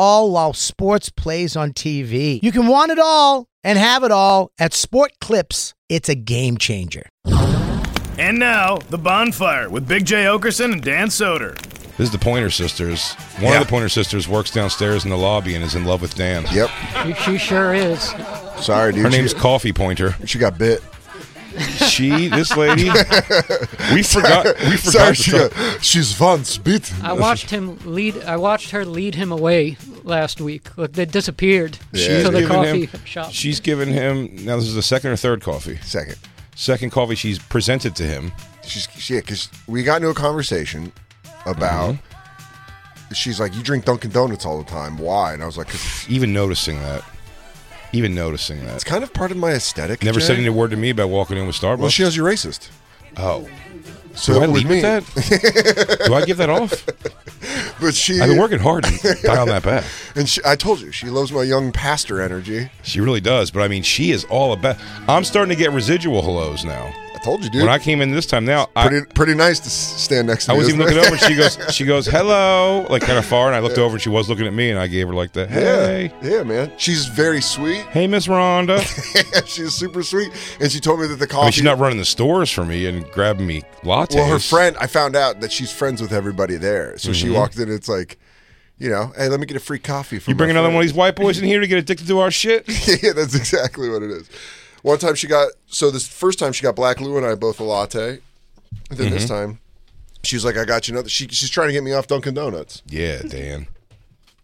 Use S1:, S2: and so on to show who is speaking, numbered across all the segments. S1: all while sports plays on TV. You can want it all and have it all at Sport Clips. It's a game changer.
S2: And now, The Bonfire with Big J. Okerson and Dan Soder.
S3: This is the Pointer Sisters. One
S4: Yeah.
S3: of the Pointer Sisters works downstairs in the lobby and is in love with Dan.
S4: Yep.
S5: She sure is.
S4: Sorry, dude.
S3: Her
S4: she,
S3: name's Coffee Pointer.
S4: she got bit.
S3: She, this lady, we forgot. We
S4: Sorry,
S3: forgot.
S4: she
S3: to
S4: got,
S3: talk-
S4: she's once bit.
S5: I watched him lead. I watched her lead him away last week. Look, they disappeared
S4: Yeah,
S5: to the
S3: giving
S5: coffee
S3: him-
S5: shop.
S3: She's given him. Now this is the second or third coffee.
S4: Second.
S3: Second coffee she's presented to him.
S4: She's she, yeah, because we got into a conversation about.
S3: Mm-hmm.
S4: She's like, you drink Dunkin' Donuts all the time. Why? And I was like, 'Cause
S3: Even noticing that. Even noticing
S4: it's
S3: that.
S4: kind of part of my aesthetic.
S3: Never said
S4: Jay."
S3: any word to me about walking in with Starbucks.
S4: Well, she knows you're racist.
S3: oh,
S4: So
S3: do I
S4: it was
S3: leave with
S4: me.
S3: that? do I give that off?
S4: But she.
S3: I've been working hard to dial that back.
S4: And she, I told you, she loves my young pastor energy.
S3: She really does, but I mean, she is all about. I'm starting to get residual hellos now.
S4: I told you, dude.
S3: When I came in this time, now I,
S4: pretty, pretty nice to s- stand next to
S3: I
S4: you,
S3: was even
S4: isn't
S3: looking
S4: it?
S3: over, and she goes, she goes, hello, like kind of far, and I looked over, and she was looking at me, and I gave her like the hey,
S4: Yeah, yeah, man. She's very sweet.
S3: hey, Miss Rhonda.
S4: she's super sweet, and she told me that the coffee.
S3: I mean, she's not running the stores for me and grabbing me lattes.
S4: well, her friend. I found out that she's friends with everybody there, so she walked in. It's like, you know, hey, let me get a free coffee. From
S3: Mm-hmm. You bring
S4: my
S3: another one of
S4: friend."
S3: these white boys in here to get addicted to our shit.
S4: yeah, that's exactly what it is. One time she got so this first time she got Black Lou and I both a latte. Then this
S3: Mm-hmm.
S4: time, she's like, I got you another. She, she's trying to get me off Dunkin' Donuts.
S3: Yeah, Dan.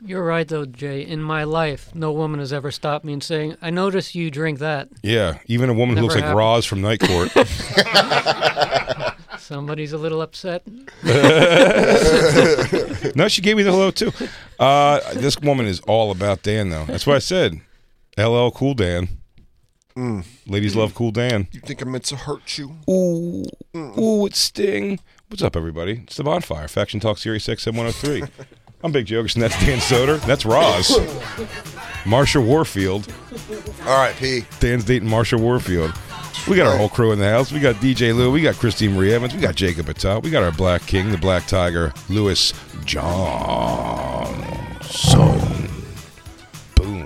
S5: You're right, though, Jay. In my life, no woman has ever stopped me and saying, "I notice you drink that."
S3: Yeah, even a woman who
S5: Never
S3: looks like
S5: happened.
S3: Roz from Night Court.
S5: Somebody's a little upset.
S3: no, she gave me the hello too. Uh, this woman is all about Dan, though. That's why I said, "LL Cool Dan." Ladies love Cool Dan.
S4: You think I'm meant to hurt you?
S3: Ooh, ooh, it's Sting. What's up, everybody? It's the Bonfire Faction Talk Series Six and One Hundred Three. I'm Big Jokers, and that's Dan Soder. That's Roz. Marsha Warfield.
S4: All right, P.
S3: Dan's dating Marsha Warfield. We got our whole crew in the house. We got DJ Lou. We got Christine Marie Evans. We got Jacob Attal. We got our Black King, the Black Tiger, Lewis Johnson. Boom.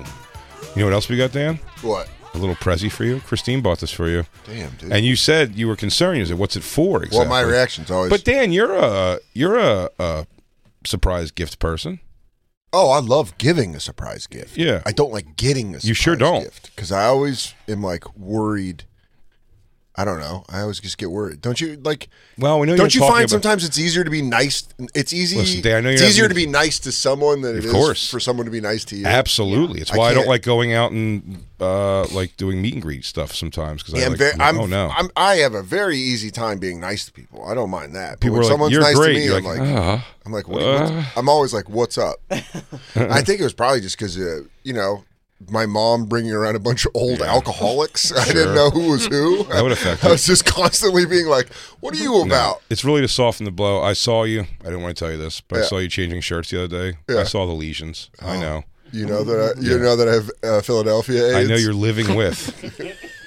S3: You know what else we got, Dan?
S4: What?
S3: A little prezi for you. Christine bought this for you.
S4: Damn, dude.
S3: And you said you were concerned. You said, "What's it for?" Exactly.
S4: well, my reaction's always.
S3: But Dan, you're a you're a, a surprise gift person.
S4: Oh, I love giving a surprise gift.
S3: Yeah.
S4: I don't like getting a surprise
S3: You sure don't.
S4: Because I always am like worried. I don't know. I always just get worried. Don't you like
S3: Well, we know
S4: don't you
S3: you're talking
S4: find
S3: about-
S4: sometimes it's easier to be nice it's easy
S3: Listen, Dan, I know
S4: it's
S3: you're
S4: easier to
S3: having-
S4: be nice to someone than it
S3: Of
S4: is
S3: course.
S4: for someone to be nice to you.
S3: Absolutely, it's
S4: I
S3: why I, don't
S4: can't-
S3: like going out and uh, like doing meet and greet stuff sometimes because
S4: Yeah,
S3: I
S4: I'm
S3: like,
S4: very, I'm,
S3: oh no,
S4: I'm, I have a very easy time being nice to people. I don't mind that. But
S3: people
S4: when
S3: are like,
S4: someone's
S3: "You're
S4: nice
S3: great."
S4: to me,
S3: you're
S4: I'm
S3: like,
S4: like,
S3: "Ah."
S4: I'm like, what, what's, I'm always like, what's up? I think it was probably just because, uh, you know, my mom bringing around a bunch of old alcoholics. I
S3: Sure.
S4: didn't know who was who.
S3: That would affect
S4: I
S3: it.
S4: was just constantly being like, what are you
S3: No,
S4: about?
S3: it's really to soften the blow. I saw you. I didn't want to tell you this, but I
S4: Yeah.
S3: saw you changing shirts the other day. I
S4: Yeah. Oh.
S3: saw the lesions. I know.
S4: You know that I, you know that I have uh, Philadelphia AIDS.
S3: I know you're living with.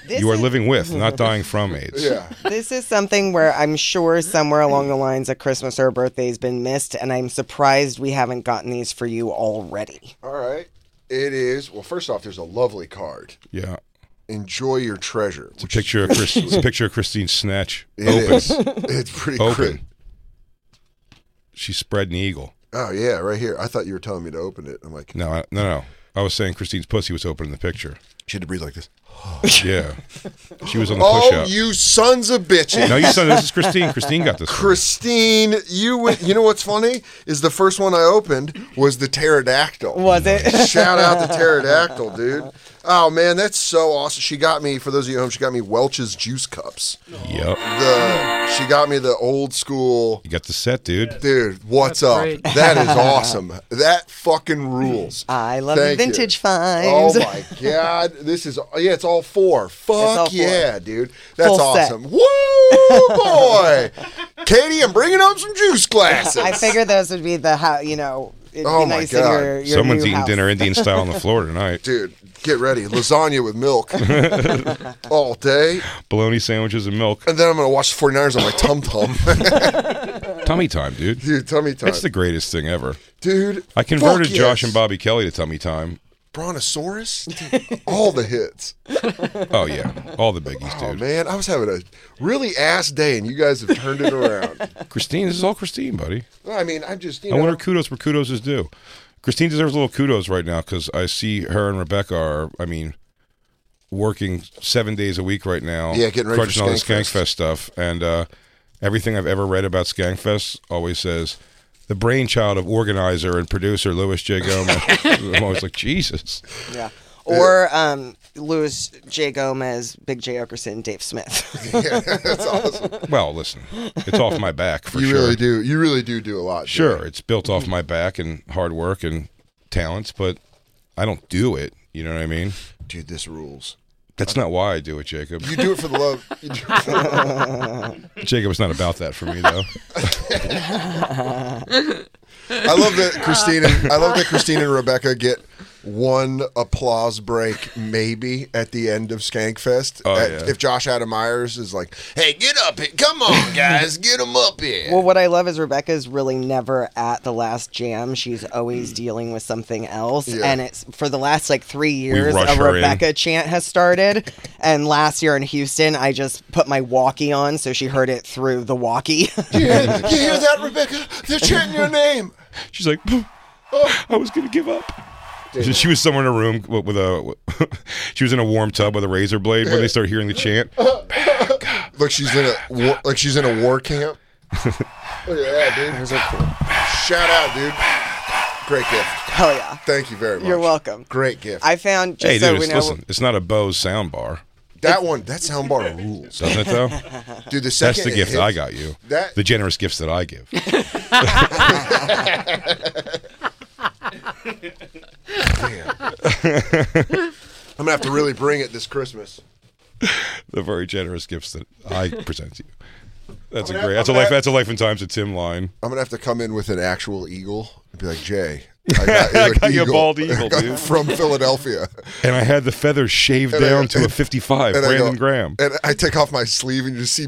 S6: This
S3: you are
S6: is-
S3: living with, not dying from AIDS.
S4: Yeah.
S6: This is something where I'm sure somewhere along the lines of Christmas or birthday has been missed, and I'm surprised we haven't gotten these for you already.
S4: All right. It is. Well, first off, there's a lovely card.
S3: Yeah.
S4: Enjoy your treasure.
S3: It's a picture of Chris. it's a picture of Christine's snatch.
S4: It
S3: open.
S4: is. It's pretty
S3: Open.
S4: crit-
S3: She's spread an eagle.
S4: Oh yeah, right here. I thought you were telling me to open it. I'm like,
S3: No, I, no, no. I was saying Christine's pussy was open in the picture.
S4: She had to breathe like this.
S3: Yeah. She was on the push
S4: Oh,
S3: up.
S4: you sons of bitches.
S3: No, you son, this is Christine. Christine got this. one.
S4: Christine, you would- you know what's funny is the first one I opened was the pterodactyl.
S6: Was it?
S4: Shout out the pterodactyl, dude. Oh man, that's so awesome. She got me for those of you at home. She got me Welch's juice cups.
S3: Yep.
S4: The she got me the old school.
S3: You got the set, dude.
S4: Dude, what's up?
S5: great.
S4: That is awesome. That fucking rules.
S6: I love
S4: Thank you.
S6: vintage finds.
S4: Oh my god, this is yeah, it's all four. Fuck
S6: all four.
S4: yeah, dude, that's
S6: Full set.
S4: awesome. Woo boy, Katie, I'm bringing home some juice glasses.
S6: I figured those would be the how you know. It'd
S4: Oh
S6: be
S4: my
S6: nice
S4: God.
S6: In your, your
S3: Someone's
S6: new
S3: eating
S6: house.
S3: dinner Indian style on the floor tonight.
S4: dude, get ready, lasagna with milk all day,
S3: Bologna sandwiches and milk.
S4: and then I'm gonna watch the 49ers on my tum tum,
S3: Tummy time, dude.
S4: dude. Tummy time,
S3: That's the greatest thing ever.
S4: dude.
S3: I converted
S4: fuck
S3: Josh
S4: yes.
S3: and Bobby Kelly to tummy time.
S4: Brontosaurus, Dude, all the hits.
S3: Oh yeah, all the biggies,
S4: Oh
S3: dude.
S4: man, I was having a really ass day, and you guys have turned it around.
S3: Christine, this is all Christine, buddy.
S4: I mean, I'm just you
S3: I
S4: know,
S3: want her kudos where kudos is due. Christine deserves a little kudos right now because I see her and Rebecca are, I mean, working seven days a week right now.
S4: Yeah, getting ready for
S3: crunching all this
S4: Skankfest.
S3: Skankfest stuff. And uh, everything I've ever read about Skankfest always says the brainchild of organizer and producer Louis J. Gomez. I'm always like, Jesus.
S6: Yeah. Or um, Louis J. Gomez, Big J. Okerson, Dave Smith.
S4: that's awesome.
S3: Well, listen, it's off my back for
S4: you
S3: sure.
S4: really do. Mm-hmm. You really do do a lot. dude.
S3: Sure, it's built off my back and hard work and talents, but I don't do it. You know what I mean?
S4: dude. This rules.
S3: That's not why I do it, Jacob.
S4: You do it for the love. You do it for the love.
S3: Jacob was not about that for me though.
S4: I love that Christine. And, I love that Christine and Rebecca get one applause break, maybe at the end of Skankfest.
S3: Oh,
S4: At-
S3: yeah.
S4: If Josh Adam Myers is like, "Hey, get up here! Come on, guys, get them up here!"
S6: well, what I love is Rebecca's really never at the last jam. She's
S3: Mm.
S6: always dealing with something else.
S4: Yeah.
S6: And it's for the last like three years,
S3: rush
S6: a
S3: her in.
S6: Rebecca chant has started. And last year in Houston, I just put my walkie on so she heard it through the walkie.
S4: you, hear, you hear that, Rebecca? They're chanting your name.
S3: She's like, I was gonna give up. She was somewhere in a room with with a. she was in a warm tub with a razor blade when they started hearing the chant.
S4: Like she's in a war, like she's in a war camp. Look at that, Oh, dude. Shout out, dude. Great gift.
S6: Hell yeah.
S4: Thank you very much.
S6: You're welcome.
S4: Great gift.
S6: I found just
S3: hey,
S6: so
S3: dude,
S6: we
S3: it's,
S6: know.
S3: listen, it's not a Bose sound bar,
S4: That one, that soundbar rules,
S3: doesn't it though?
S4: dude. The
S3: That's
S4: second
S3: the
S4: it
S3: gift
S4: hits-
S3: I got you.
S4: That-
S3: the generous gifts that I give.
S4: I'm gonna have to really bring it this Christmas.
S3: the very generous gifts that I present to you. That's a
S4: gonna-
S3: great.
S4: I'm
S3: That's a
S4: gonna-
S3: life. That's a life and times of Tim line.
S4: I'm gonna have to come in with an actual eagle and be like, Jay, I got, you an
S3: got you a bald eagle, dude.
S4: from Philadelphia.
S3: And I had the feathers shaved
S4: And I-
S3: down to a 55.
S4: I
S3: Brandon
S4: go-
S3: Graham.
S4: And I take off my sleeve and you just see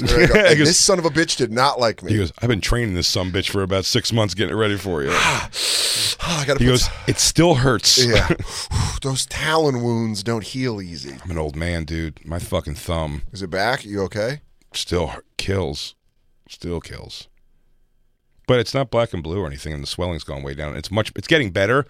S4: And I go,
S3: I
S4: "And
S3: go-
S4: this son of a bitch did not like me.
S3: He goes. I've been training this some bitch for about six months, getting it ready for you.
S4: "Ah, I gotta
S3: He
S4: put
S3: goes.
S4: some-
S3: It still hurts.
S4: yeah. Those talon wounds don't heal easy.
S3: I'm an old man, dude. My fucking thumb
S4: Is it back? You okay?
S3: still hurt- kills. Still kills. But it's not black and blue or anything, and the swelling's gone way down. It's much. It's getting better,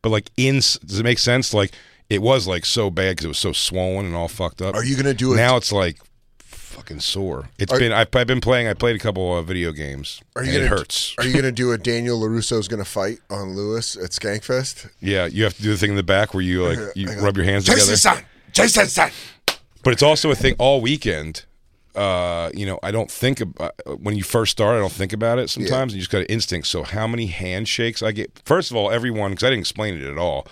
S3: but like in. Does it make sense? Like it was like so bad because it was so swollen and all fucked up.
S4: Are you gonna do it?
S3: now it's like fucking sore. It's
S4: Are-
S3: been I've, I've been playing. I played a couple of video games.
S4: Are you
S3: and
S4: gonna
S3: it hurts.
S4: Are you gonna do a Daniel Larusso's gonna fight on Lewis at Skankfest?
S3: yeah, you have to do the thing in the back where you
S4: Uh-huh.
S3: like you rub your hands together.
S4: Jason Son, Jason Son.
S3: But it's also a thing all weekend. Uh, you know, I don't think about when you first start. I don't think about it sometimes. And you just got an instinct. So how many handshakes I get? First of all, everyone because I didn't explain it at all.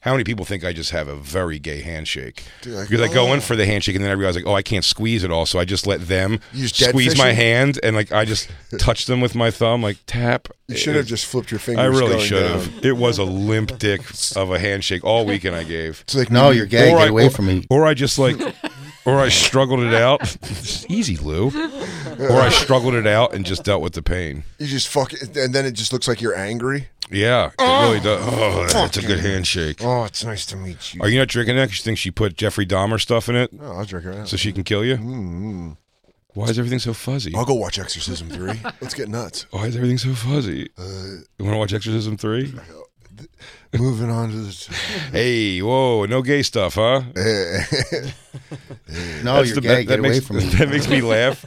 S3: How many people think I just have a very gay handshake?
S4: like,
S3: because I go in for the handshake and then I realize like, oh, I can't squeeze at all, so I just let them
S4: You just dead
S3: squeeze my
S4: fishing?
S3: hand and like I just touch them with my thumb, like tap.
S4: You should have just flipped your fingers.
S3: I really
S4: going
S3: should
S4: down.
S3: have. It was a limp dick of a handshake all weekend I gave.
S4: It's like
S7: No, you're gay.
S3: I,
S7: Get away
S3: or,
S7: from me.
S3: Or I just like, or I struggled it out. It's Easy, Lou. Or I struggled it out and just dealt with the pain.
S4: You just fuck it, and then it just looks like you're angry.
S3: Yeah, it really does. Oh, that's a good handshake.
S4: Oh, it's nice to meet you.
S3: Are you not drinking that? 'Cause You think she put Jeffrey Dahmer stuff in it
S4: oh, I'll drink it out.
S3: so she can kill you?
S7: Mm-hmm.
S3: Why is everything so fuzzy?
S4: I'll go watch Exorcism 3. Let's get nuts.
S7: Uh,
S3: Why is everything so fuzzy? You want to watch Exorcism 3?
S4: Moving on to the.
S3: Hey, whoa, no gay stuff, huh?
S7: No,
S3: That's
S7: Oh, you're
S3: the-
S7: gay.
S3: that-
S7: Get
S3: that
S7: away
S3: makes-
S7: from me.
S3: That makes me laugh.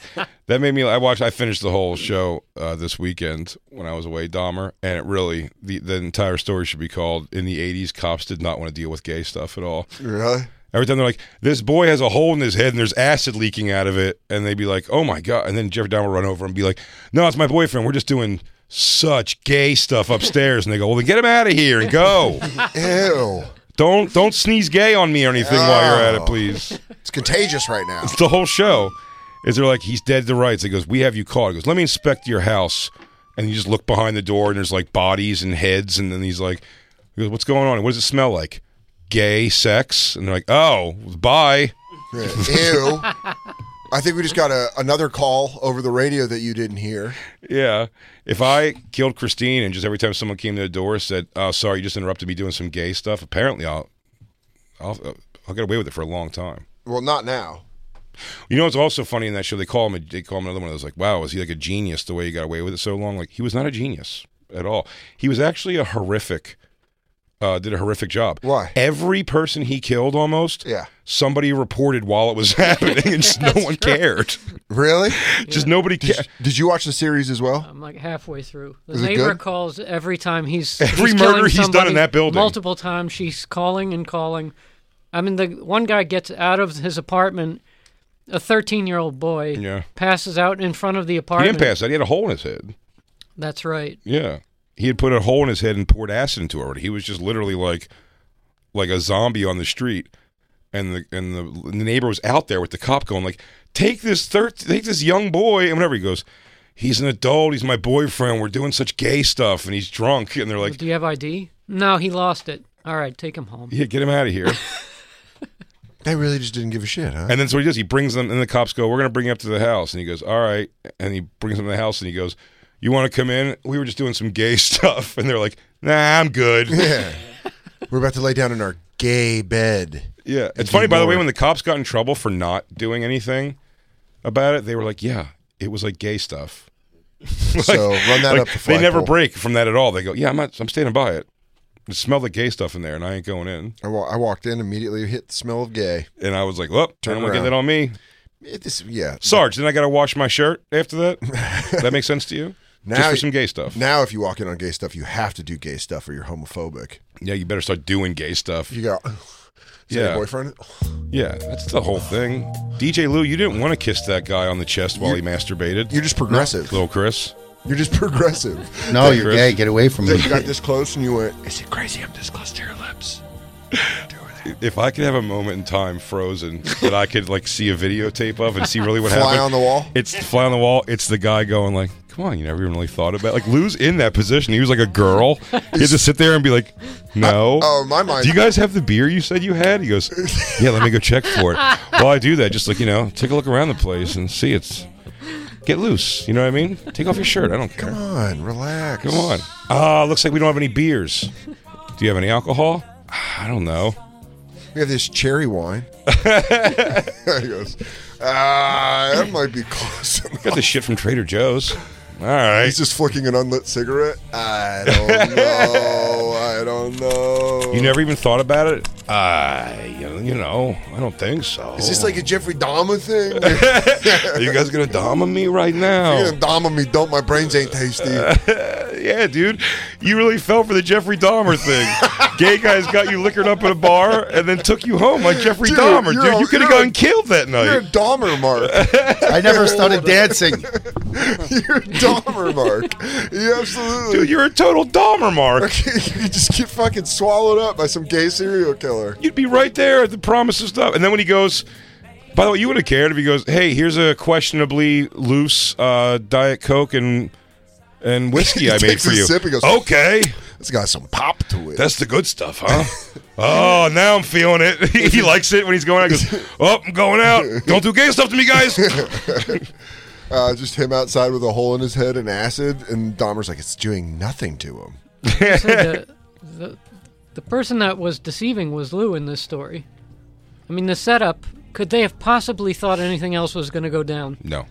S3: That made me. I watched. I finished the whole show uh, this weekend when I was away, Dahmer, and it really the the entire story should be called "In the '80s, cops did not want to deal with gay stuff at all."
S4: really?
S3: Every time they're like, "This boy has a hole in his head and there's acid leaking out of it," and they'd be like, "Oh my god!" And then Jeffrey Dahmer would run over and be like, "No, it's my boyfriend. We're just doing." Such gay stuff upstairs, and they go, "Well, then get him out of here and go.
S4: Ew.
S3: Don't don't sneeze gay on me or anything while you're at it,
S4: Oh.
S3: please."
S4: It's contagious right now.
S3: the whole show is they're like, he's dead to rights. He goes, we have you caught. He goes, let me inspect your house. And you just look behind the door and there's like bodies and heads. And then he's like, he goes, what's going on? What does it smell like? Gay sex? And they're like, oh, bye.
S4: Ew. I think we just got a, another call over the radio that you didn't hear.
S3: Yeah. If I killed Christine and just every time someone came to the door said, oh, sorry, you just interrupted me doing some gay stuff, apparently I'll, I'll, I'll get away with it for a long time.
S4: Well, not now.
S3: You know, it's also funny in that show. They call him. a- They call him another one of those like, "Wow, is he like a genius? The way he got away with it so long? Like he was not a genius at all. He was actually a horrific. Uh, did a horrific job.
S4: Why?
S3: Every person he killed, almost.
S4: Yeah.
S3: Somebody reported while it was happening, and just no one cared.
S4: Really?
S3: Just nobody
S4: Did,
S3: cared.
S4: did you watch the series as well?
S5: I'm like halfway through. The
S4: Is it
S5: neighbor
S4: good?
S5: calls every time he's
S3: Every
S5: he's
S3: murder
S5: killing
S3: he's done in
S5: somebody,
S3: that building.
S5: Multiple times she's calling and calling. I mean, the one guy gets out of his apartment. A 13-year-old boy
S3: Yeah.
S5: passes out in front of the
S3: He
S5: apartment.
S3: didn't pass that. He had a hole in his head.
S5: That's right.
S3: Yeah. He had put a hole in his head and poured acid into it. already. He was just literally like like a zombie on the street. And the and the, the neighbor was out there with the cop going like, "Take this thir- take this young boy." And whenever he goes, "He's an adult. He's my boyfriend. We're doing such gay stuff and he's drunk." And they're like,
S5: Do you have ID? No, he lost it. All right, take him home.
S3: "Yeah, get him out of here."
S4: They really just didn't give a shit, huh?
S3: And then so he does. He brings them, and the cops go, "We're going to bring you up to the house." And he goes, "All right." And he brings them to the house, and he goes, "You want to come in? We were just doing some gay stuff." And they're like, "Nah, I'm good."
S4: Yeah. We're about to lay down in our gay bed.
S3: Yeah,
S4: And
S3: it's funny
S4: do
S3: by the
S4: more.
S3: way when the cops got in trouble for not doing anything about it, they were like, "Yeah, it was like gay stuff."
S4: so run that
S3: Like,
S4: up the
S3: they never
S4: flagpole.
S3: break from that at all. They go, "Yeah, I'm not. I'm standing by it. It smelled like gay stuff in there, and I ain't going in."
S4: I, wa- I walked in immediately, hit the smell of gay.
S3: And I was like, "Well,
S4: Turn
S3: Turn I'm gonna get
S4: around.
S3: that on me,
S4: It- this, yeah.
S3: Sarge." Then I got to wash my shirt after that. that makes sense to you? Just for some gay stuff.
S4: Now, if you walk in on gay stuff, you have to do gay stuff or you're homophobic.
S3: yeah, you better start doing gay stuff.
S4: You go, is that
S3: Yeah.
S4: your boyfriend?
S3: yeah, that's the whole thing. DJ Lou, you didn't want to kiss that guy on the chest while he masturbated.
S4: You're just progressive.
S3: Little Chris.
S4: You're just progressive.
S7: No, you're
S3: Chris.
S7: gay. Get away from me.
S4: that you got this close and you went, is it crazy?
S3: If I could have a moment in time frozen that I could like see a videotape of and see really what
S4: Fly
S3: happened.
S4: on the wall?
S3: It's fly on the wall. It's the guy going like, "Come on, you never even really thought about like Lou's in that position. He was like a girl. He had to sit there and be like, "No."
S4: Oh, my mind.
S3: Do you guys have the beer you said you had? He goes, "Yeah, let me go check for it." While I do that, just like you know, take a look around the place and see it's get loose. You know what I mean? Take off your shirt. I don't care.
S4: Come on, relax.
S3: Come on. Ah, looks like we don't have any beers. Do you have any alcohol? I don't know.
S4: We have this cherry wine. he goes, ah, that might be close enough.
S3: Got this shit from Trader Joe's. All right.
S4: He's just flicking an unlit cigarette. I don't know. I don't know.
S3: You never even thought about it? I, you know, I don't think so.
S4: Is this like a Jeffrey Dahmer thing? You're
S3: Are you guys gonna dom on me right now?
S4: gonna Dahmer me. Don't my brains ain't tasty.
S3: Uh, yeah, dude, you really fell for the Jeffrey Dahmer thing. Gay guys got you liquored up at a bar and then took you home like Jeffrey
S4: Dude,
S3: Dahmer,
S4: you're
S3: dude.
S4: a-
S3: you could have
S4: you're a-
S3: gone killed that
S4: You're a
S3: night.
S4: Dahmer, Mark.
S7: I never started dancing.
S4: You're a Dahmer, Mark. You absolutely.
S3: Dude, you're a total Dahmer, Mark.
S4: you just get fucking swallowed up by some gay serial killer.
S3: You'd be right there at the promise of stuff. And then when he goes, by the way, you would have cared if he goes, "Hey, here's a questionably loose uh, diet coke and and whiskey I made
S4: takes
S3: for
S4: a
S3: you."
S4: sip, he goes,
S3: okay,
S4: It's got some pop to it.
S3: that's the good stuff, huh? oh, now I'm feeling it. he likes it when he's going out. He goes, "Oh, I'm going out. Don't do gay stuff to me, guys."
S4: Uh, just him outside with a hole in his head and acid, and Dahmer's like, it's doing nothing to him.
S5: the, the, the person that was deceiving was Lou in this story. I mean, the setup. Could they have possibly thought anything else was going to go down?
S3: no,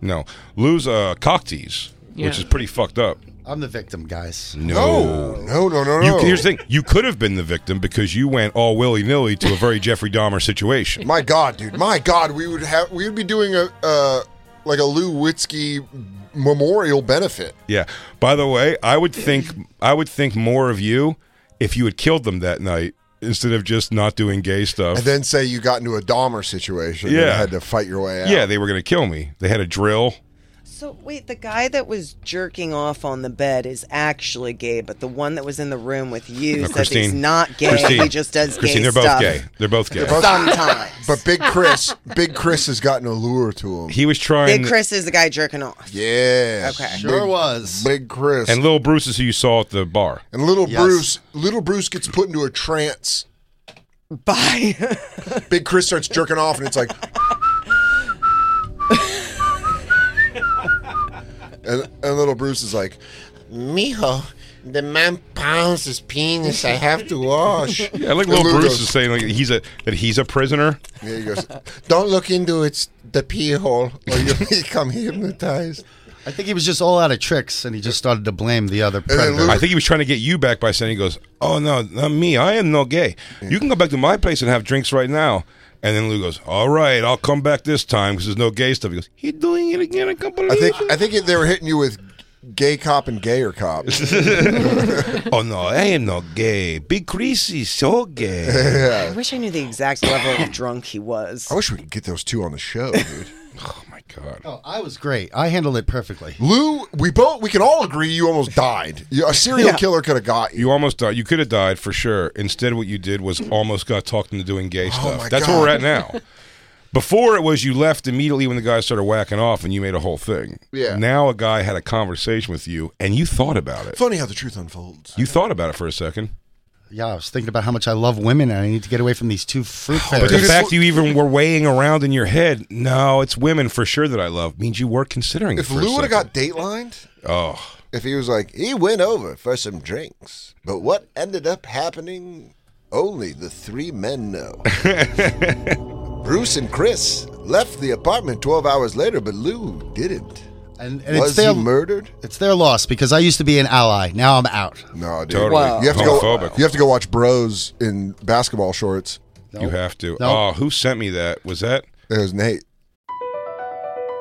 S3: no. Lose uh, cock tease,
S5: Yeah.
S3: which is pretty fucked up.
S7: I'm the victim, guys.
S4: No, no, no, no,
S3: Oh. You,
S4: no.
S3: here's the thing: you could have been the victim because you went all willy nilly to a very Jeffrey Dahmer situation.
S4: My God, dude. My God, we would have we would be doing a uh, like a Lou Witzky memorial benefit.
S3: Yeah. By the way, I would think I would think more of you if you had killed them that night instead of just not doing gay stuff.
S4: And then say you got into a Dahmer situation and
S3: Yeah.
S4: had to fight your way out.
S3: yeah, they were gonna kill me. They had a drill.
S6: So wait, the guy that was jerking off on the bed is actually gay, but the one that was in the room with you
S3: No,
S6: said he's not gay.
S3: Christine,
S6: he just does
S3: Christine,
S6: gay
S3: they're both
S6: stuff.
S3: gay. They're both gay.
S4: both-
S6: Sometimes.
S4: But Big Chris, Big Chris has gotten a lure to him.
S3: he was trying.
S6: Big Chris is the guy jerking off.
S4: Yeah.
S6: Okay.
S7: Sure
S4: Big-
S7: was.
S4: Big Chris.
S3: and Lil Bruce is who you saw at the bar.
S4: And little
S7: Yes.
S4: Bruce, little Bruce gets put into a trance.
S6: Bye.
S4: Big Chris starts jerking off, and it's like, and, and little Bruce is like, "Mijo, the man pounds his penis. I have to wash."
S3: Yeah, like
S4: And
S3: Lil
S4: Lou
S3: Bruce
S4: goes-
S3: is saying like he's a that he's a prisoner.
S4: Yeah, he goes, "Don't look into its the pee hole, or you'll become hypnotized."
S7: I think he was just all out of tricks, and he just started to blame the other
S4: then
S7: predator.
S4: Lou-
S3: I think he was trying to get you back by saying he goes, "Oh no, not me. I am no gay. You can go back to my place and have drinks right now." And then Lou goes, "All right, I'll come back this time because there's no gay stuff." He goes, "He's doing it again. I can't believe
S4: I think
S3: it."
S4: I think they were hitting you with gay cop and gayer cop.
S3: oh no, I am not gay. Big Chris is so gay.
S6: I wish I knew the exact level of drunk he was.
S4: I wish we could get those two on the show, dude.
S3: oh my god.
S7: oh, I was great. I handled it perfectly.
S4: Lou, we both we can all agree you almost died. You- A serial killer could have got you.
S3: You almost died. You could have died for sure. Instead, what you did was almost got talked into doing gay stuff.
S4: Oh, my
S3: That's
S4: God.
S3: where we're at now. Before it was you left immediately when the guy started whacking off and you made a whole thing.
S4: Yeah.
S3: Now a guy had a conversation with you and you thought about it.
S4: Funny how the truth unfolds.
S3: You thought about it for a second.
S7: Yeah, I was thinking about how much I love women, and I need to get away from these two fruit
S3: But the
S7: fairies.
S4: it's-
S3: fact you even were weighing around in your head, no, it's women for sure that I love, means you were considering it.
S4: If
S3: for a
S4: Lou would have
S3: second.
S4: got datelined,
S3: Oh.
S4: if he was like, he went over for some drinks, but what ended up happening, only the three men know. Bruce and Chris left the apartment 12 hours later, but Lou didn't.
S7: and and it's
S4: Was
S7: their
S4: he murdered?
S7: it's their loss because I used to be an ally. Now I'm out.
S4: No, dude.
S3: Totally.
S6: Wow.
S4: You have to go.
S3: Homophobic.
S4: You have to go watch Bros in basketball shorts.
S3: You have to.
S7: No.
S3: Oh, who sent me that? Was that
S4: It was Nate.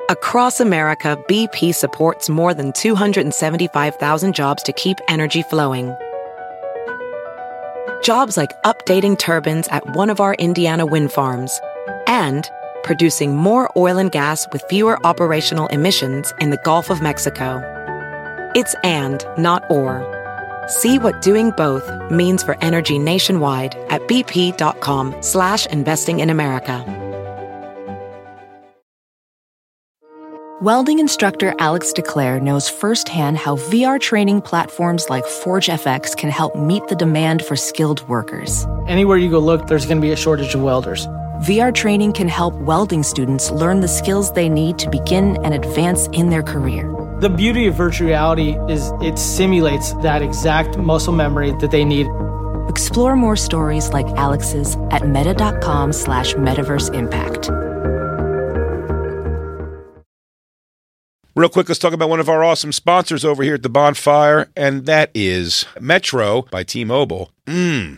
S8: Across America, BP supports more than 275,000 jobs to keep energy flowing. Jobs like updating turbines at one of our Indiana wind farms and producing more oil and gas with fewer operational emissions in the Gulf of Mexico. It's and, not or. See what doing both means for energy nationwide at bp.com slash investing in America. Welding instructor Alex DeClaire knows firsthand how VR training platforms like ForgeFX can help meet the demand for skilled workers.
S9: Anywhere you go look, there's going to be a shortage of welders.
S8: VR training can help welding students learn the skills they need to begin and advance in their career.
S9: The beauty of virtual reality is it simulates that exact muscle memory that they need.
S8: Explore more stories like Alex's at meta.com slash metaverse impact.
S3: Real quick, let's talk about one of our awesome sponsors over here at the bonfire, and that is Metro by T Mobile. Mmm.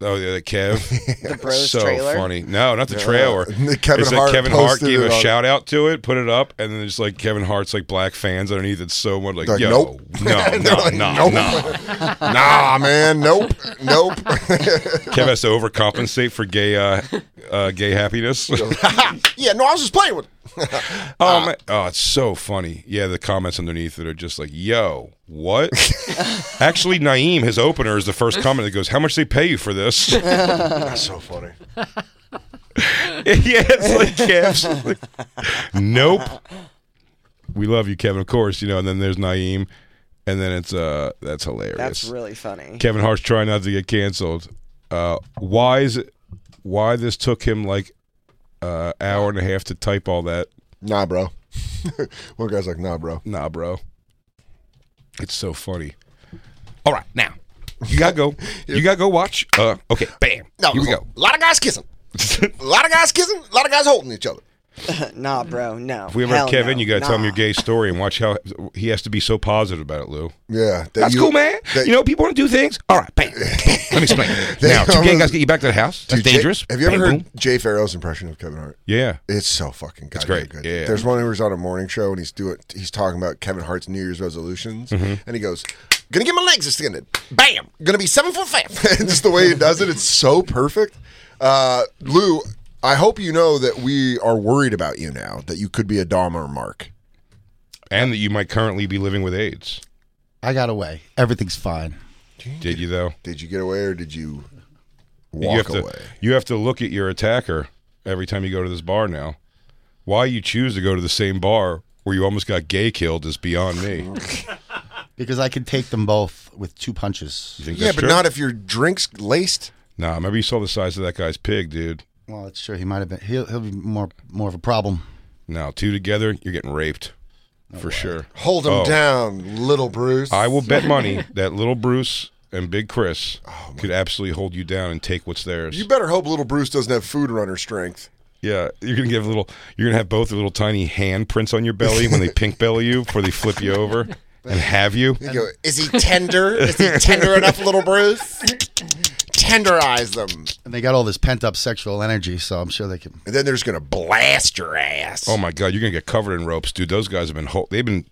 S3: Oh, yeah, the Kev.
S6: The Bros
S3: so
S6: trailer?
S3: funny. No, not the
S4: Yeah.
S3: trailer.
S4: The Kevin
S3: It's that
S4: Hart
S3: Kevin Hart
S4: posted
S3: gave
S4: it
S3: a
S4: on-
S3: shout out to it, put it up, and then there's like Kevin Hart's like black fans underneath. It's so much like,
S4: They're like,
S3: yo,
S4: nope.
S3: no,
S4: They're
S3: no,
S4: like,
S3: no,
S4: nope.
S3: no.
S4: nah, Ah, man. Nope. Nope.
S3: Kev has to overcompensate for gay, uh, uh, gay happiness.
S4: yeah, no, I was just playing with.
S6: Ah.
S3: Oh, man. oh, it's so funny. Yeah, the comments underneath it are just like, yo, what? Actually, Naeem, his opener, is the first comment that goes, how much they pay you for this? yeah,
S4: That's so funny.
S3: it's like, Kev's like, nope. We love you, Kevin, of course, you know, and then there's Naeem, and then it's, uh, that's hilarious.
S6: That's really funny.
S3: Kevin Hart's trying not to get canceled. Uh, why is it, why this took him like uh, hour and a half to type all that?
S4: Nah, bro. One guy's like, nah, bro.
S3: Nah, bro. It's so funny. All right, now you gotta go. You gotta go watch. Uh, okay, bam.
S4: No,
S3: Here we
S4: no.
S3: go.
S4: A lot of guys kissing. a lot of guys kissing. A lot of guys holding each other.
S6: nah, bro, no.
S3: If we ever have
S6: Hell
S3: Kevin,
S6: no.
S3: you gotta tell him
S6: Nah.
S3: your gay story and watch how he has to be so positive about it, Lou.
S4: Yeah, that
S3: That's
S4: you-
S3: cool, man.
S4: that-
S3: you know, people want to do things. All right, bam. Let me explain. now, two gay guys get you back to the house. That's
S4: Dude, Jay-
S3: dangerous.
S4: have you ever
S3: Bam,
S4: heard
S3: boom.
S4: Jay Farrell's impression of Kevin Hart?
S3: Yeah.
S4: It's so fucking goddamn
S3: great,
S4: good.
S3: yeah.
S4: There's one where he's on a morning show and he's doing he's talking about Kevin Hart's New Year's resolutions
S3: Mm-hmm.
S4: and he goes, Gonna get my legs extended. Bam! Gonna be seven foot five. And Just the way he does it, it's so perfect. Uh, Lou, I hope you know that we are worried about you now, that you could be a Dom or Mark.
S3: And that you might currently be living with AIDS.
S7: I got away. Everything's fine.
S3: Did you though?
S4: Did you get away or did you
S3: you
S4: walk
S3: have
S4: away?
S3: To, you have to look at your attacker every time you go to this bar now. Why you choose to go to the same bar where you almost got gay killed is beyond me. You
S7: Because I could take them both with two punches.
S3: think
S4: yeah,
S3: that's
S4: but
S3: true?
S4: not if your drink's laced.
S3: Nah, remember you saw the size of that guy's pig, dude.
S7: Well, that's true. He might have been. He'll, he'll be more more of a problem.
S3: Now two together, you're getting raped for sure.
S4: Hold him
S3: Oh.
S4: down, little Bruce.
S3: I will bet money that little Bruce and Big Chris could absolutely hold you down and take what's theirs.
S4: Oh, You better hope little Bruce doesn't have food runner strength.
S3: yeah, you're gonna give little. You're gonna have both little tiny handprints on your belly when they pink belly you before they flip you over and have you.
S4: You go, is he tender? Is he tender enough, little Bruce? Tenderize them.
S7: And they got all this pent up sexual energy, so I'm sure they can.
S4: And then they're just going to blast your ass.
S3: Oh my God, you're gonna get covered in ropes, dude. Those guys have been ho- they've been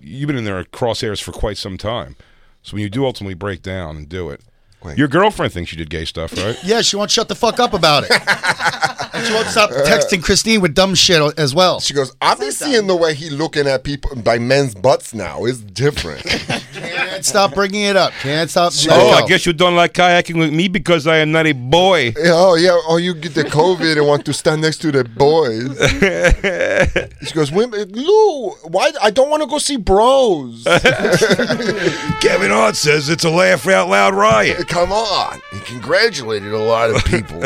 S3: you've been in their crosshairs for quite some time. So when you do ultimately break down and do it,
S4: Wait.
S3: your girlfriend thinks you did gay stuff, right?
S7: Yeah, she won't shut the fuck up about it. and she won't stop texting Christine with dumb shit as well.
S4: She goes, I've been seeing the way he looking at people by men's butts now is different.
S7: Can't stop bringing it up. Can't stop. let it
S3: oh, I
S7: go.
S3: guess you don't like kayaking with me because I am not a boy.
S4: oh, yeah. Oh, you get the COVID and want to stand next to the boys. she goes, Women, Lou, why? I don't want to go see bros.
S3: Kevin Hart says it's a laugh out loud riot.
S4: Come on. He congratulated a lot of people.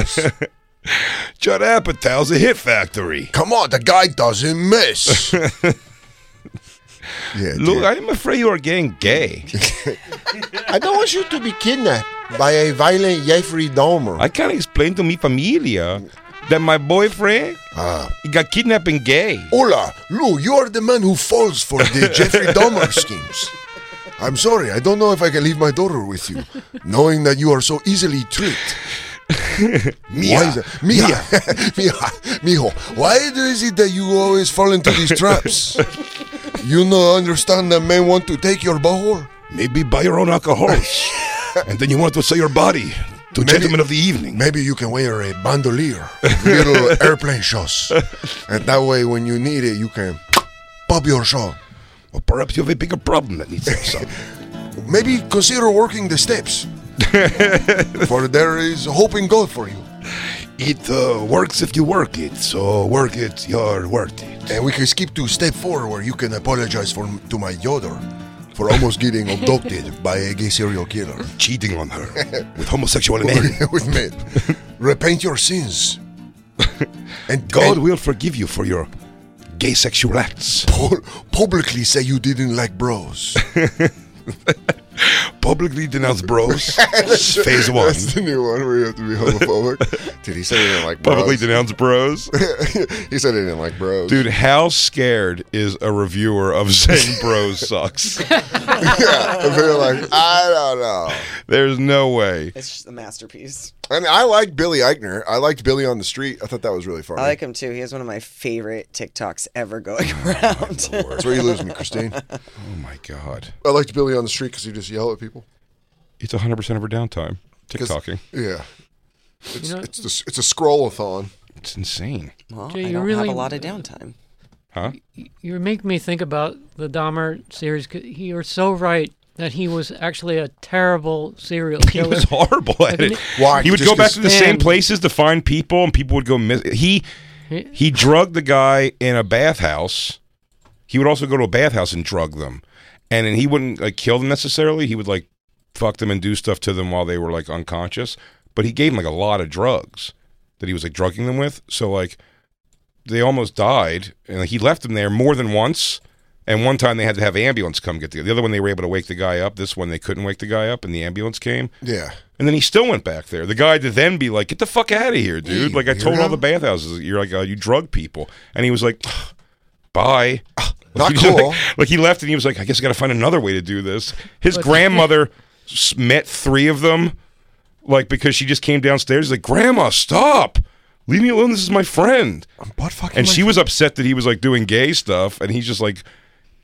S3: Judd Apatow's a hit factory.
S4: Come on, the guy doesn't miss. yeah, dude.
S3: Look, I'm afraid you are getting gay.
S4: I don't want you to be kidnapped by a violent Jeffrey Dahmer.
S3: I can't explain to me familia that my boyfriend he got kidnapped and gay.
S4: Hola, Ah. Lou, you are the man who falls for the Jeffrey Dahmer schemes. I'm sorry, I don't know if I can leave my daughter with you, knowing that you are so easily tricked. Mia, why is it- Mia, Mia, Mijo, why is it that you always fall into these traps? you no understand that men want to take your butthole?
S3: Maybe buy your own alcohols. and then you want to sell your body to gentlemen of the evening.
S4: Maybe you can wear a bandolier, little airplane shots, and that way, when you need it, you can pop your shot.
S3: Or perhaps you have a bigger problem that needs solved.
S4: Maybe consider working the steps, for there is hope in God for you.
S3: it uh, works if you work it, so work it, you're worth it.
S4: And we can skip to step four, where you can apologize for to my daughter for almost getting abducted by a gay serial killer
S3: Cheating on her with homosexual men.
S4: with men. Repent your sins, and
S3: God
S4: and
S3: will forgive you for your gay sexual acts.
S4: pu- publicly say you didn't like bros.
S3: publicly denounce bros. Phase one.
S4: That's the new one where you have to be homophobic. Dude, he said he didn't like bros.
S3: Publicly denounce bros.
S4: he said he didn't like bros.
S3: Dude, how scared is a reviewer of saying bros sucks?
S4: yeah, and they're like, I don't know.
S3: There's no way.
S6: It's just a masterpiece.
S4: I mean, I like Billy Eichner. I liked Billy on the street. I thought that was really funny.
S6: I like him too. He has one of my favorite TikToks ever going around.
S4: That's where you lose me, Christine.
S3: Oh my god.
S4: I liked Billy on the street because he just yell at people.
S3: It's 100% of her downtime.
S4: 'Cause-
S3: TikToking.
S4: Yeah. It's
S5: know-
S4: it's, the, it's a scrollathon.
S3: It's insane.
S6: well,
S5: Jay,
S6: I
S5: you
S6: don't have
S5: really-
S6: a lot of downtime.
S3: Huh?
S5: You make me think about the Dahmer series. 'cause You're so right that he was actually a terrible serial
S3: He
S5: killer.
S3: was horrible at it.
S4: Why?
S3: He would
S4: Just
S3: go back
S4: 'cause-
S3: to the same
S5: And-
S3: places to find people, and people would go miss. He he drugged the guy in a bathhouse. He would also go to a bathhouse and drug them, and then he wouldn't like kill them necessarily. He would like fuck them and do stuff to them while they were like unconscious. But he gave them like a lot of drugs that he was like drugging them with. So like they almost died, and like, he left them there more than once. And one time they had to have ambulance come get the. The other one they were able to wake the guy up. This one they couldn't wake the guy up, and the ambulance came.
S4: Yeah.
S3: And then he still went back there. The guy to then be like, "Get the fuck out of here, dude!"
S4: you
S3: like I told
S4: weirdo.
S3: all the bathhouses, you're like, uh, "You drug people," and he was like, "Bye."
S4: Not
S3: He just,
S4: cool.
S3: Like, like, he left, and he was like, "I guess I got to find another way to do this." His grandmother s- met three of them, like because she just came downstairs. He's like, "Grandma, stop! Leave me alone. This is my friend."
S4: Um, What fucking?
S3: And she was upset that he was like doing gay stuff, and he's just like.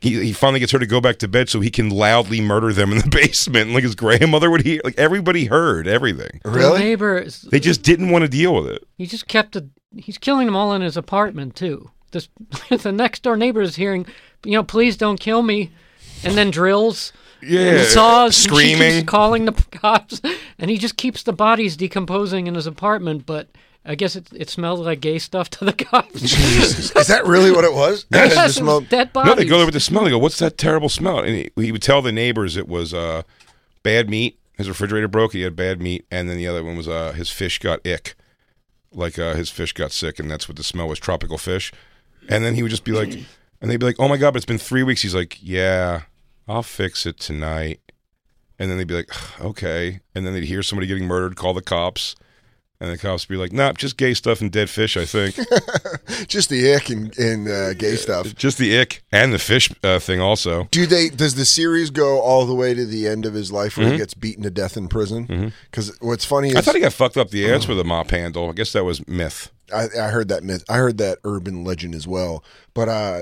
S3: He, he finally gets her to go back to bed so he can loudly murder them in the basement. Like his grandmother would hear. Like everybody heard everything.
S5: The
S4: really?
S5: neighbor, is-
S3: They just didn't want to deal with it.
S5: he just kept a, He's killing them all in his apartment too. This, the next door neighbor is hearing, you know, please don't kill me, and then drills.
S3: Yeah,
S5: and saws and she keeps
S3: screaming.
S5: calling the cops, and he just keeps the bodies decomposing in his apartment. But I guess it, it smelled like gay stuff to the cops.
S4: Is that really what it was?
S5: Yes,
S4: Just
S5: it was
S4: mo-
S5: dead bodies.
S3: No, they go there with the smell. They go, "What's that terrible smell?" And he, he would tell the neighbors it was uh, bad meat. His refrigerator broke. He had bad meat, and then the other one was uh, his fish got ick, like uh, his fish got sick, and that's what the smell was. Tropical fish, and then he would just be like, and they'd be like, "Oh my god, but it's been three weeks." He's like, "Yeah, I'll fix it tonight," and then they'd be like, "Okay," and then they'd hear somebody getting murdered, call the cops. And the cops would be like, nah, just gay stuff and dead fish, I think.
S4: just the ick and, and uh, gay stuff.
S3: just the ick and the fish uh, thing also.
S4: Do they? Does the series go all the way to the end of his life where he gets beaten to death in prison? Because what's funny is
S3: Mm-hmm. I thought he got fucked up the ass
S4: Uh-huh.
S3: with a mop handle. I guess that was myth.
S4: I, I heard that myth. I heard that urban legend as well. But uh,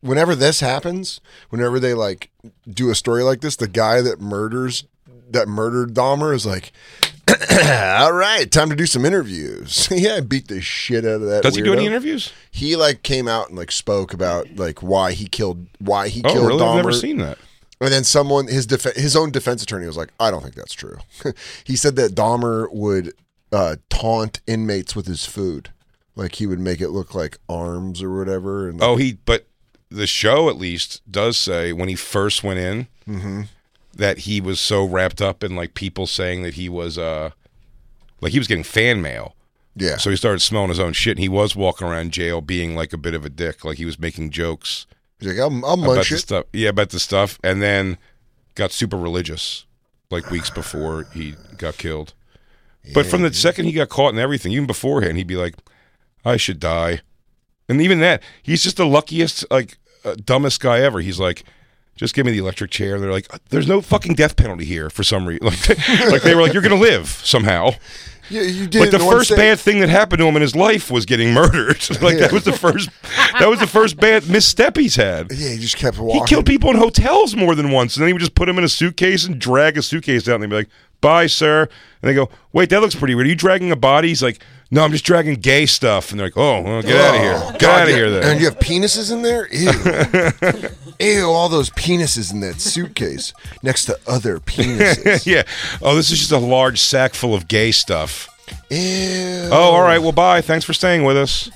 S4: whenever this happens, whenever they like do a story like this, the guy that murders that murdered Dahmer is like, "All right, time to do some interviews." yeah, I beat the shit out of that.
S3: Does he do
S4: weirdo.
S3: any interviews?
S4: He like came out and like spoke about like why he killed why he
S3: Oh,
S4: killed
S3: really?
S4: Dahmer.
S3: I've never seen that.
S4: And then someone, his def- his own defense attorney was like, "I don't think that's true." he said that Dahmer would uh, taunt inmates with his food, like he would make it look like arms or whatever. And
S3: Oh, he. But the show at least does say when he first went in
S4: Mm-hmm.
S3: that he was so wrapped up in like people saying that he was uh like he was getting fan mail.
S4: yeah,
S3: So he started smelling his own shit, and he was walking around jail being like a bit of a dick, like he was making jokes
S4: he's like, "I'll, I'll
S3: about
S4: munch
S3: the
S4: it."
S3: stuff. Yeah, about the stuff, and then got super religious, like weeks before he got killed. But from the second he got caught and everything, even beforehand, he'd be like, "I should die," and even that, he's just the luckiest, like uh, dumbest guy ever. He's like. Just give me the electric chair. They're like, "Uh, there's no fucking death penalty here for some reason. Like, like they were like, you're gonna live somehow.
S4: Yeah, you did.
S3: Like the
S4: it in one
S3: first
S4: thing.
S3: bad thing that happened to him in his life was getting murdered. like that was the first, that was the first bad misstep he's had.
S4: Yeah, he just kept
S3: He
S4: walking.
S3: killed people in hotels more than once, and then he would just put them in a suitcase and drag a suitcase out, and they'd be like, "Bye, sir." And they go, "Wait, that looks pretty weird. Are you dragging a body?" He's like, "No, I'm just dragging gay stuff." And they're like, "Oh, well, get out of
S4: Oh,
S3: here! Get
S4: God,
S3: out of
S4: yeah.
S3: here!"
S4: And
S3: Then
S4: you have penises in there? Ew. Ew, all those penises in that suitcase next to other penises.
S3: yeah. Oh, this is just a large sack full of gay stuff.
S4: Ew.
S3: Oh, all right. Well, bye. Thanks for staying with us.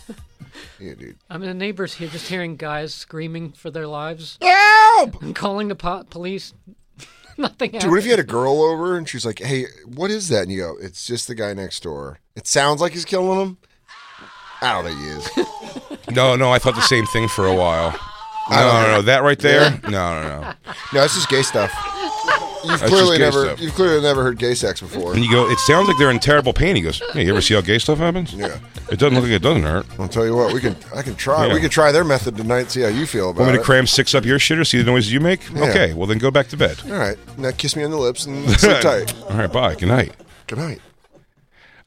S4: Yeah, dude.
S5: I mean, the neighbors here just hearing guys screaming for their lives and calling the po- police. Nothing
S4: Dude, what if
S5: happened.
S4: you had a girl over and she's like, "Hey, what is that?" And you go, "It's just the guy next door." It sounds like he's killing him. I don't think he is.
S3: No, no. I thought the same thing for a while. No, no, no. That right there. No, no, no.
S4: No, it's just gay stuff. You've
S3: That's just
S4: clearly
S3: gay
S4: never,
S3: stuff.
S4: you've clearly never heard gay sex before.
S3: And you go, it sounds like they're in terrible pain. He goes, hey, you ever see how gay stuff happens?
S4: Yeah.
S3: It doesn't look like it doesn't hurt.
S4: I'll tell you what, we can, I can try.
S3: Yeah.
S4: We can try their method tonight. See how you feel about
S3: Want me to
S4: it.
S3: cram six up your shitter, see the noises you make?
S4: Yeah.
S3: Okay, well then go back to bed.
S4: All right, now kiss me on the lips and sit tight.
S3: All right, bye. Good night.
S4: Good night.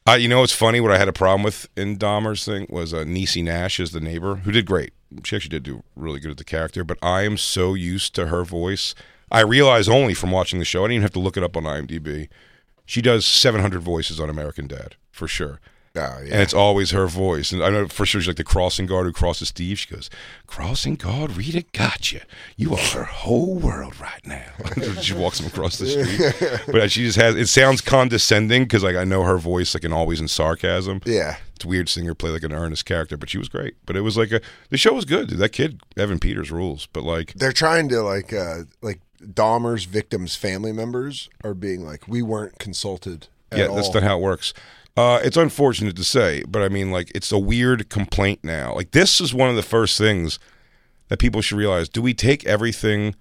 S3: Uh, you know what's funny? What I had a problem with in Dahmer's thing was uh, Niecy Nash as the neighbor, who did great. She actually did do really good at the character, but I am so used to her voice. I realize only from watching the show. I didn't even have to look it up on IMDb. She does 700 voices on American Dad for sure.
S4: Oh, yeah.
S3: And it's always her voice. And I know for sure she's like the crossing guard who crosses Steve. She goes, Crossing guard, Rita, gotcha. You are her whole world right now. she walks him across the street. But she just has, it sounds condescending because like I know her voice, like, and always in sarcasm.
S4: Yeah.
S3: It's weird seeing her play like an earnest character, but she was great. But it was like a, the show was good. dude. That kid, Evan Peters, rules. But like,
S4: They're trying to like uh like Dahmer's victims' family members are being like, we weren't consulted. At
S3: yeah,
S4: all.
S3: that's not how it works. Uh, it's unfortunate to say, but I mean, like, it's a weird complaint now. Like, this is one of the first things that people should realize. Do we take everything,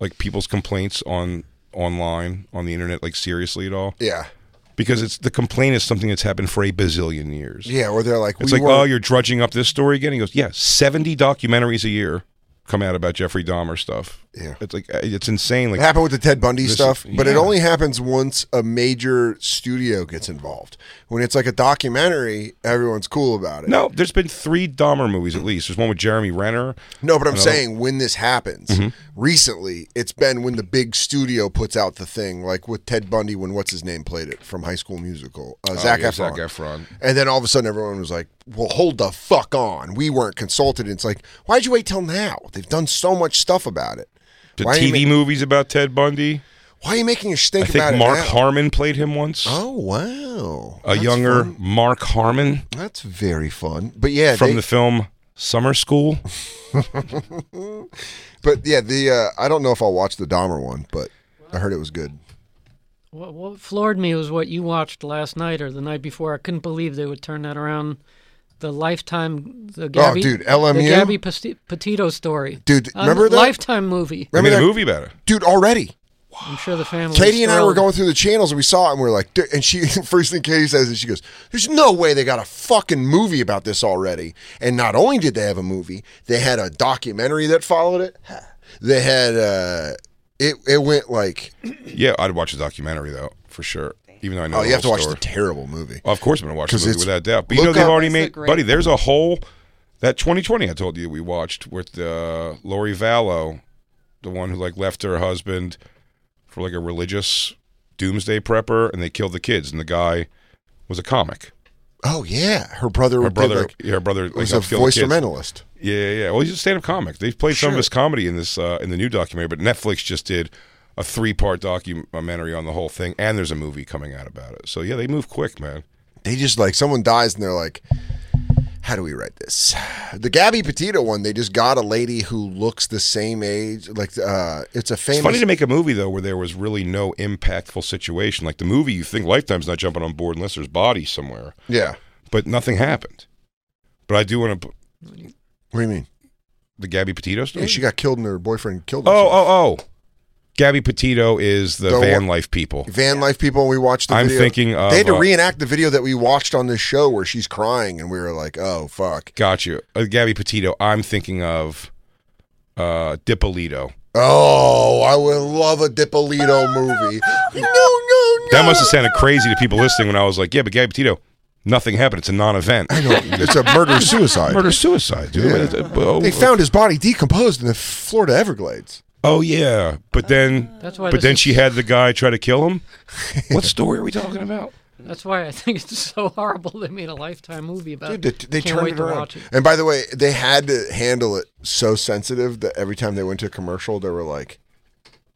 S3: like people's complaints on online on the internet, like seriously at all?
S4: Yeah,
S3: Because it's the complaint is something that's happened for a bazillion years.
S4: yeah. Or they're like,
S3: It's
S4: we
S3: like,
S4: weren't-
S3: oh, you're drudging up this story again. He goes, yeah, seventy documentaries a year come out about Jeffrey Dahmer stuff.
S4: Yeah.
S3: it's like uh, it's insane. Like,
S4: it happened with the Ted Bundy
S3: This-
S4: stuff, but it
S3: yeah.
S4: only happens once a major studio gets involved. When it's like a documentary, everyone's cool about it.
S3: no, there's been three Dahmer movies at least. There's one with Jeremy Renner.
S4: No, but I'm
S3: Another-
S4: saying when this happens
S3: Mm-hmm.
S4: recently, it's been when the big studio puts out the thing, like with Ted Bundy when what's his name played it from High School Musical, uh, Zach
S3: Oh, yeah,
S4: Efron.
S3: Zac Efron.
S4: And then all of a sudden, everyone was like, "Well, hold the fuck on, we weren't consulted." And it's like, why'd you wait till now? They've done so much stuff about it.
S3: The
S4: Why are you
S3: TV
S4: ma-
S3: movies about Ted Bundy.
S4: Why are you making a
S3: I
S4: stink about
S3: think Mark
S4: it now?
S3: Harmon played him once.
S4: Oh wow,
S3: a
S4: That's
S3: younger
S4: fun.
S3: Mark Harmon
S4: That's very fun. But yeah,
S3: from
S4: they-
S3: the film Summer School.
S4: but yeah, the uh, I don't know if I'll watch the Dahmer one, but I heard it was good.
S5: What, what floored me was what you watched last night or the night before. I couldn't believe they would turn that around. The lifetime, the Gabby,
S4: Oh, dude,
S5: the
S4: LMU?
S5: Gabby Pasti- Petito story,
S4: Dude,
S5: A
S4: remember that?
S5: lifetime movie?
S3: They made
S4: that-
S3: a movie about it.
S4: dude? Already.
S5: I'm sure the family.
S4: Katie and I were
S5: thrilled.
S4: going through the channels and we saw it and we are like, "Dude," and she first thing Katie says is she goes, "There's no way they got a fucking movie about this already." And not only did they have a movie, they had a documentary that followed it. They had uh, it. It went like,
S3: Yeah, I'd watch the documentary though for sure. Even though I know
S4: oh, you have to
S3: whole
S4: watch
S3: story.
S4: the terrible movie.
S3: Well, of course, I'm gonna watch the
S4: 'Cause
S3: movie
S4: it's-
S3: without doubt. But you know
S4: look
S3: they've
S4: up-
S3: already
S6: It's a
S3: made,
S6: great
S3: buddy. There's a whole that 2020 I told you we watched with uh, Lori Vallow, the one who like left her husband for like a religious doomsday prepper, and they killed the kids, and the guy was a comic.
S4: Oh yeah, her brother.
S3: Her
S4: did,
S3: brother,
S4: like,
S3: yeah, her brother, like,
S4: was a
S3: helped kill the
S4: voice
S3: kids.
S4: instrumentalist.
S3: Yeah, yeah, yeah. Well, he's a stand-up comic. They've played some
S4: Sure.
S3: of his comedy in this uh, in the new documentary, but Netflix just did a three-part documentary on the whole thing, and there's a movie coming out about it. So yeah, they move quick, man.
S4: They just like someone dies and they're like, how do we write this? The Gabby Petito one, they just got a lady who looks the same age. Like uh, it's a famous.
S3: It's funny to make a movie though where there was really no impactful situation. Like the movie, you think Lifetime's not jumping on board unless there's bodies somewhere,
S4: yeah.
S3: but nothing happened. But I do want to
S4: What do you mean?
S3: the Gabby Petito
S4: Yeah,
S3: story.
S4: she got killed and her boyfriend killed
S3: oh,
S4: himself.
S3: oh, oh! Gabby Petito is the,
S4: The
S3: van
S4: one-
S3: life people.
S4: Van life people, we watched the
S3: I'm
S4: video.
S3: thinking of,
S4: they had to
S3: uh,
S4: reenact the video that we watched on this show where she's crying and we were like, oh, fuck.
S3: Got you, uh, Gabby Petito. I'm thinking of uh, Dipolito.
S4: Oh, I would love a Dipolito movie. No, no, no.
S3: That must have sounded crazy to people listening when I was like, "Yeah, but Gabby Petito, nothing happened. It's a non-event.
S4: I know. It's a murder suicide.
S3: Murder suicide, dude. It's a- oh,
S4: They found his body decomposed in the Florida Everglades.
S3: Oh yeah, but then
S5: That's why
S3: but
S5: this
S3: then
S5: is-
S3: she had the guy try to kill him. what story are we talking about?
S5: That's why I think it's so horrible. They made a lifetime movie about
S4: Dude,
S5: it.
S4: they, they
S5: Uh, Can't
S4: turned
S5: wait
S4: it
S5: to
S4: around.
S5: watch it.
S4: And by the way, they had to handle it so sensitive that every time they went to a commercial, they were like,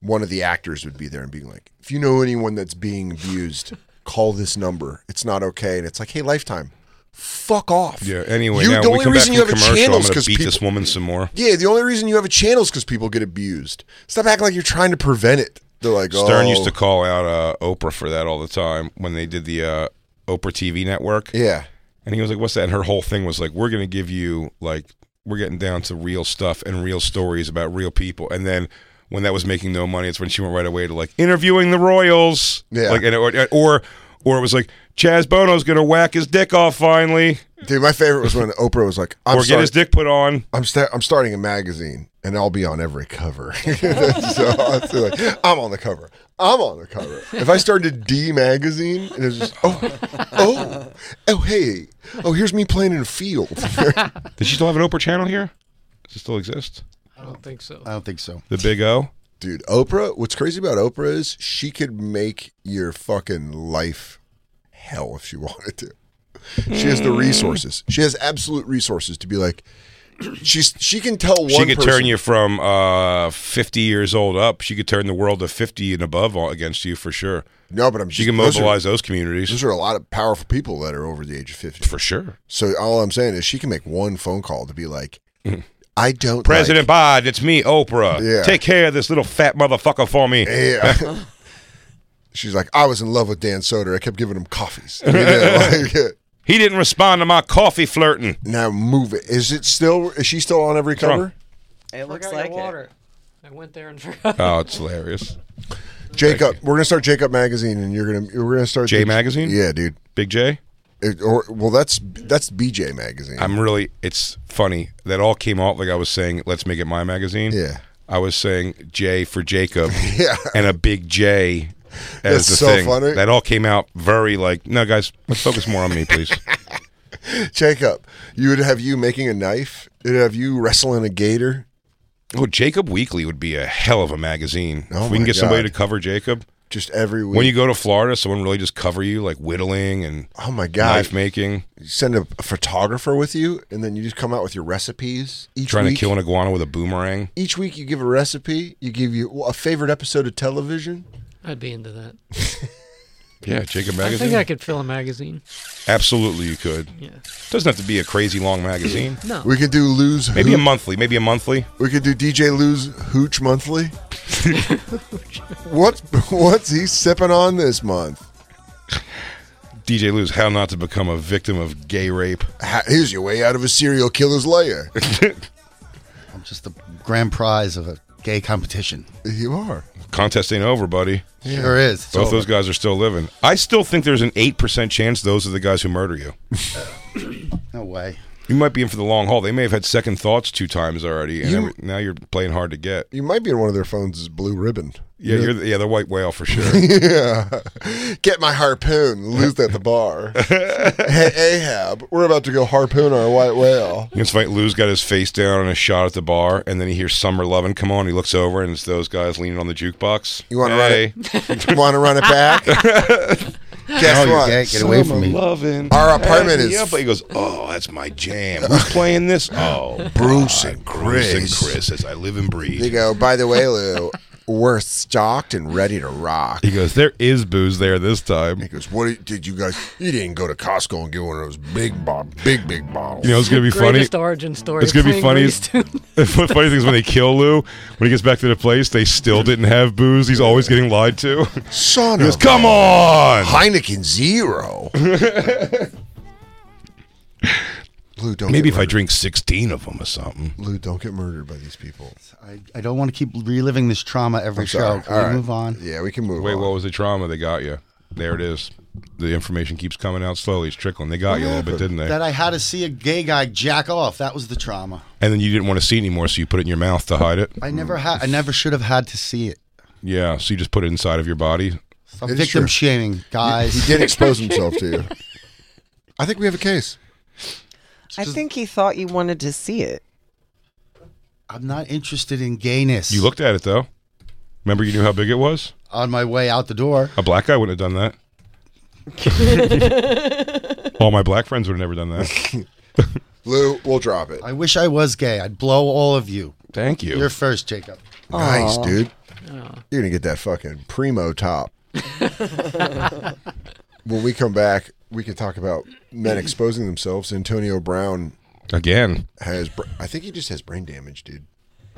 S4: one of the actors would be there and being like, if you know anyone that's being abused, call this number. It's not okay. And it's like, hey, Lifetime, fuck off.
S3: Yeah. Anyway,
S4: You-
S3: now
S4: the
S3: when we
S4: only
S3: come back from
S4: reason you
S3: the
S4: have a
S3: commercial. I'm
S4: channel is
S3: gonna beat
S4: 'cause
S3: this
S4: people-
S3: woman some more.
S4: Yeah, the only reason you have a channel is because people get abused. Stop acting like you're trying to prevent it. They're like,
S3: Stern
S4: oh.
S3: used to call out uh, Oprah for that all the time when they did the uh, Oprah TV network.
S4: "Oh, Yeah.
S3: And he was like, "What's that?" And her whole thing was like, "We're gonna give you like we're getting down to real stuff and real stories about real people." And then when that was making no money. It's when she went right away to like interviewing the Royals.
S4: Yeah.
S3: Like and or or or it was like Chaz Bono's gonna whack his dick off finally,
S4: Dude, my favorite was when Oprah was like, I'm
S3: or get
S4: sorry,
S3: his dick put on.
S4: I'm, sta- I'm starting a magazine and I'll be on every cover. so it's like, I'm on the cover. I'm on the cover. If I started D magazine, and it's just oh, oh, oh, hey, oh, here's me playing in a field.
S3: Did she still have an Oprah channel here? Does it still exist?
S5: I don't think so.
S7: I
S4: Um,
S7: don't think so.
S3: The Big O.
S4: Dude, Oprah. What's crazy about Oprah is she could make your fucking life hell if she wanted to. She has the
S3: Hmm.
S4: resources. She has absolute resources to be like. She's she can tell one.
S3: she could turn
S4: person-
S3: you from uh, 50 years old up. She could turn the world to 50 and above all- against you for sure.
S4: No, but I'm.
S3: She
S4: just-
S3: can
S4: those are-
S3: mobilize those communities
S4: Those are a lot of powerful people that are over the age of 50.
S3: for sure.
S4: So all I'm saying is she can make one phone call to be like, I don't
S3: Mm-hmm. President Biden, it's me, Oprah.
S4: Yeah.
S3: Take care of this little fat motherfucker for me.
S4: like- Yeah. She's like, I was in love with Dan Soder. I kept giving him coffees. You know, like,
S3: He didn't respond to my coffee flirting.
S4: now move it. Is it still, is she still on every
S3: wrong?
S4: cover?
S6: It looks
S5: Forgot
S6: like
S5: your
S6: it.
S5: water. I went there and forgot.
S3: Oh, it's hilarious.
S4: Jacob, we're going to start Jacob Magazine and you're going to, we're going to start.
S3: J
S4: the-
S3: Magazine?
S4: Yeah, dude.
S3: Big J?
S4: It- or, well, that's, that's BJ Magazine.
S3: I'm really, it's funny. That all came out like I was saying, let's make it my magazine.
S4: Yeah.
S3: I was saying J for Jacob
S4: Yeah.
S3: and a big J as
S4: That's
S3: the
S4: so
S3: thing.
S4: funny.
S3: That all came out very like, no, guys, let's focus more on me, please.
S4: Jacob, you would have you making a knife. It'd have you wrestling a gator.
S3: oh, Jacob Weekly would be a hell of a magazine.
S4: Oh
S3: if we can
S4: my
S3: get somebody
S4: God.
S3: to cover Jacob.
S4: Just every week.
S3: When you go to Florida, someone really just cover you, like whittling and
S4: oh my God.
S3: knife making,
S4: You send a, a photographer with you, and then you just come out with your recipes each
S3: trying
S4: week.
S3: to kill an iguana with a boomerang.
S4: each week you give a recipe. You give you a favorite episode of television.
S5: I'd be into that.
S3: Yeah, Jacob
S5: I
S3: magazine.
S5: think I could fill a magazine.
S3: Absolutely, you could.
S5: Yeah.
S3: Doesn't have to be a crazy long magazine.
S5: No.
S4: We could do lose. Hooch.
S3: Maybe a monthly. Maybe a monthly.
S4: we could do DJ lose hooch monthly. what what's he sipping on this month?
S3: DJ Lou's How Not to Become a Victim of Gay Rape.
S4: Ha- Here's your way out of a serial killer's lair.
S7: I'm just the grand prize of a gay competition.
S4: you are.
S3: Contest ain't over, buddy.
S7: Sure is. It's
S3: Both
S7: over.
S3: those guys are still living. I still think there's an 8% chance those are the guys who murder you.
S7: No way.
S3: You might be in for the long haul. They may have had second thoughts two times already, and
S4: You-
S3: every- now you're playing hard to get.
S4: You might be in one of their phones as blue ribbon.
S3: Yeah, you're the, yeah, the white whale for sure.
S4: Yeah. Get my harpoon, lose at the bar. hey, Ahab, we're about to go harpoon our white whale.
S3: It's funny. Lou's got his face down and a shot at the bar, and then he hears Summer Lovin' come on. He looks over, and it's those guys leaning on the jukebox.
S4: You wanna run
S3: hey,
S4: Want to run it back?
S3: Oh,
S4: Guess
S7: No, you
S4: what?
S7: can't get away from me.
S3: Lovin'.
S4: Our apartment is-
S3: Yeah, but he goes, oh, that's my jam. Who's playing this? Oh,
S4: Bruce and
S3: Bruce and
S4: Chris.
S3: Chris, as I live and
S4: They
S3: breathe.
S4: go, by the way, Lou, we're stocked and ready to rock.
S3: He goes, there is booze there this time.
S4: He goes, what did- did you guys, you didn't go to Costco and get one of those big, bo- big, big bottles.
S3: You know, it's gonna be funny.
S5: Greatest origin story.
S3: It's gonna be
S5: Playing
S3: funny.
S5: Grease tune.
S3: The funny thing is when they kill Lou, when he gets back to the place, they still didn't have booze. He's always getting lied to.
S4: Son
S3: He goes,
S4: of
S3: come on.
S4: Heineken Zero. Lou, don't
S3: Maybe if
S4: get
S3: I
S4: murdered.
S3: drink 16 of them or something.
S4: Lou, don't get murdered by these people.
S7: I, I don't want to keep reliving this trauma every
S4: I'm
S7: show.
S4: sorry.
S7: Can
S4: All
S7: we
S4: right.
S7: move on?
S4: Yeah, we can move
S3: Wait,
S4: on.
S3: what was the trauma? They got you. There it is. The information keeps coming out slowly. It's trickling. They got you a little bit, didn't they?
S7: That I had to see a gay guy jack off. That was the trauma.
S3: and then you didn't want to see it anymore, so you put it in your mouth to hide it.
S7: I
S4: Hmm.
S7: never had. I never should have had to see it.
S3: Yeah, so you just put it inside of your body.
S7: Stop
S4: It is
S7: victim
S4: true.
S7: shaming, guys.
S4: He did expose himself to you. I think we have a case.
S6: I think he thought you wanted to see it.
S7: I'm not interested in gayness.
S3: You looked at it, though. Remember, you knew how big it was?
S7: on my way out the door.
S3: A black guy wouldn't have done that. All my black friends would have never done that.
S4: Lou, we'll drop it.
S7: I wish I was gay. I'd blow all of you.
S3: Thank you.
S7: You're first, Jacob.
S4: Nice, dude. You're gonna get that fucking primo top. when we come back, we can talk about men exposing themselves. Antonio Brown
S3: Again.
S4: has, br- I think he just has brain damage, dude.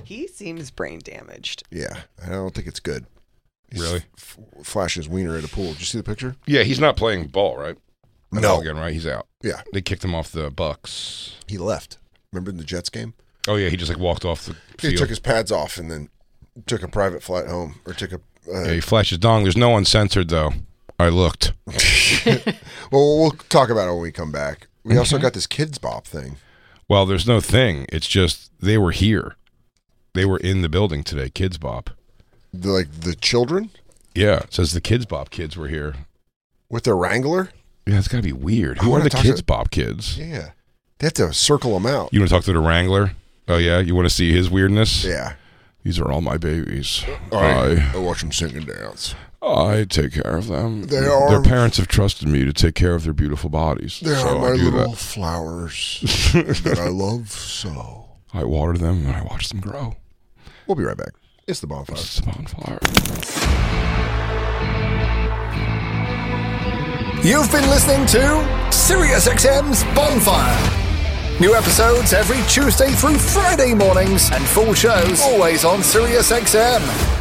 S6: He seems brain damaged.
S4: Yeah, I don't think it's good. He's
S3: Really?
S4: F- flashing his wiener at a pool. Did you see the picture?
S3: Yeah, he's not playing ball, right? At
S4: No.
S3: all Again, right? He's out.
S4: Yeah,
S3: They kicked him off the Bucks.
S4: he left. Remember in the Jets game?
S3: Oh yeah, he just like walked off the
S4: He
S3: field.
S4: took his pads off and then took a private flight home or took a. Uh,
S3: Yeah, he flashes dong. There's no uncensored though. I looked.
S4: Well, we'll talk about it when we come back. We also got this kids bop thing.
S3: Well, there's no thing. It's just they were here. They were in the building today. Kids Bop.
S4: The, like the children
S3: Yeah, it says the Kids Bop kids were here.
S4: with their Wrangler.
S3: Yeah, it's got to be weird.
S4: I
S3: Who are
S4: wanna
S3: the
S4: talk
S3: Kids
S4: to-
S3: Bop kids?
S4: Yeah. They have to circle them out.
S3: You want to talk to the Wrangler? Oh yeah, you want to see his weirdness?
S4: Yeah.
S3: These are all my babies.
S4: I, I watch them sing and dance.
S3: I I take care of them.
S4: They are-
S3: Their parents have trusted me to take care of their beautiful bodies.
S4: They
S3: so
S4: are my
S3: I do
S4: little
S3: that.
S4: flowers that I love so.
S3: I water them and I watch them grow.
S4: We'll be right back. It's the bonfire.
S3: It's a bonfire.
S10: You've been listening to SiriusXM's Bonfire. New episodes every Tuesday through Friday mornings, and full shows always on SiriusXM.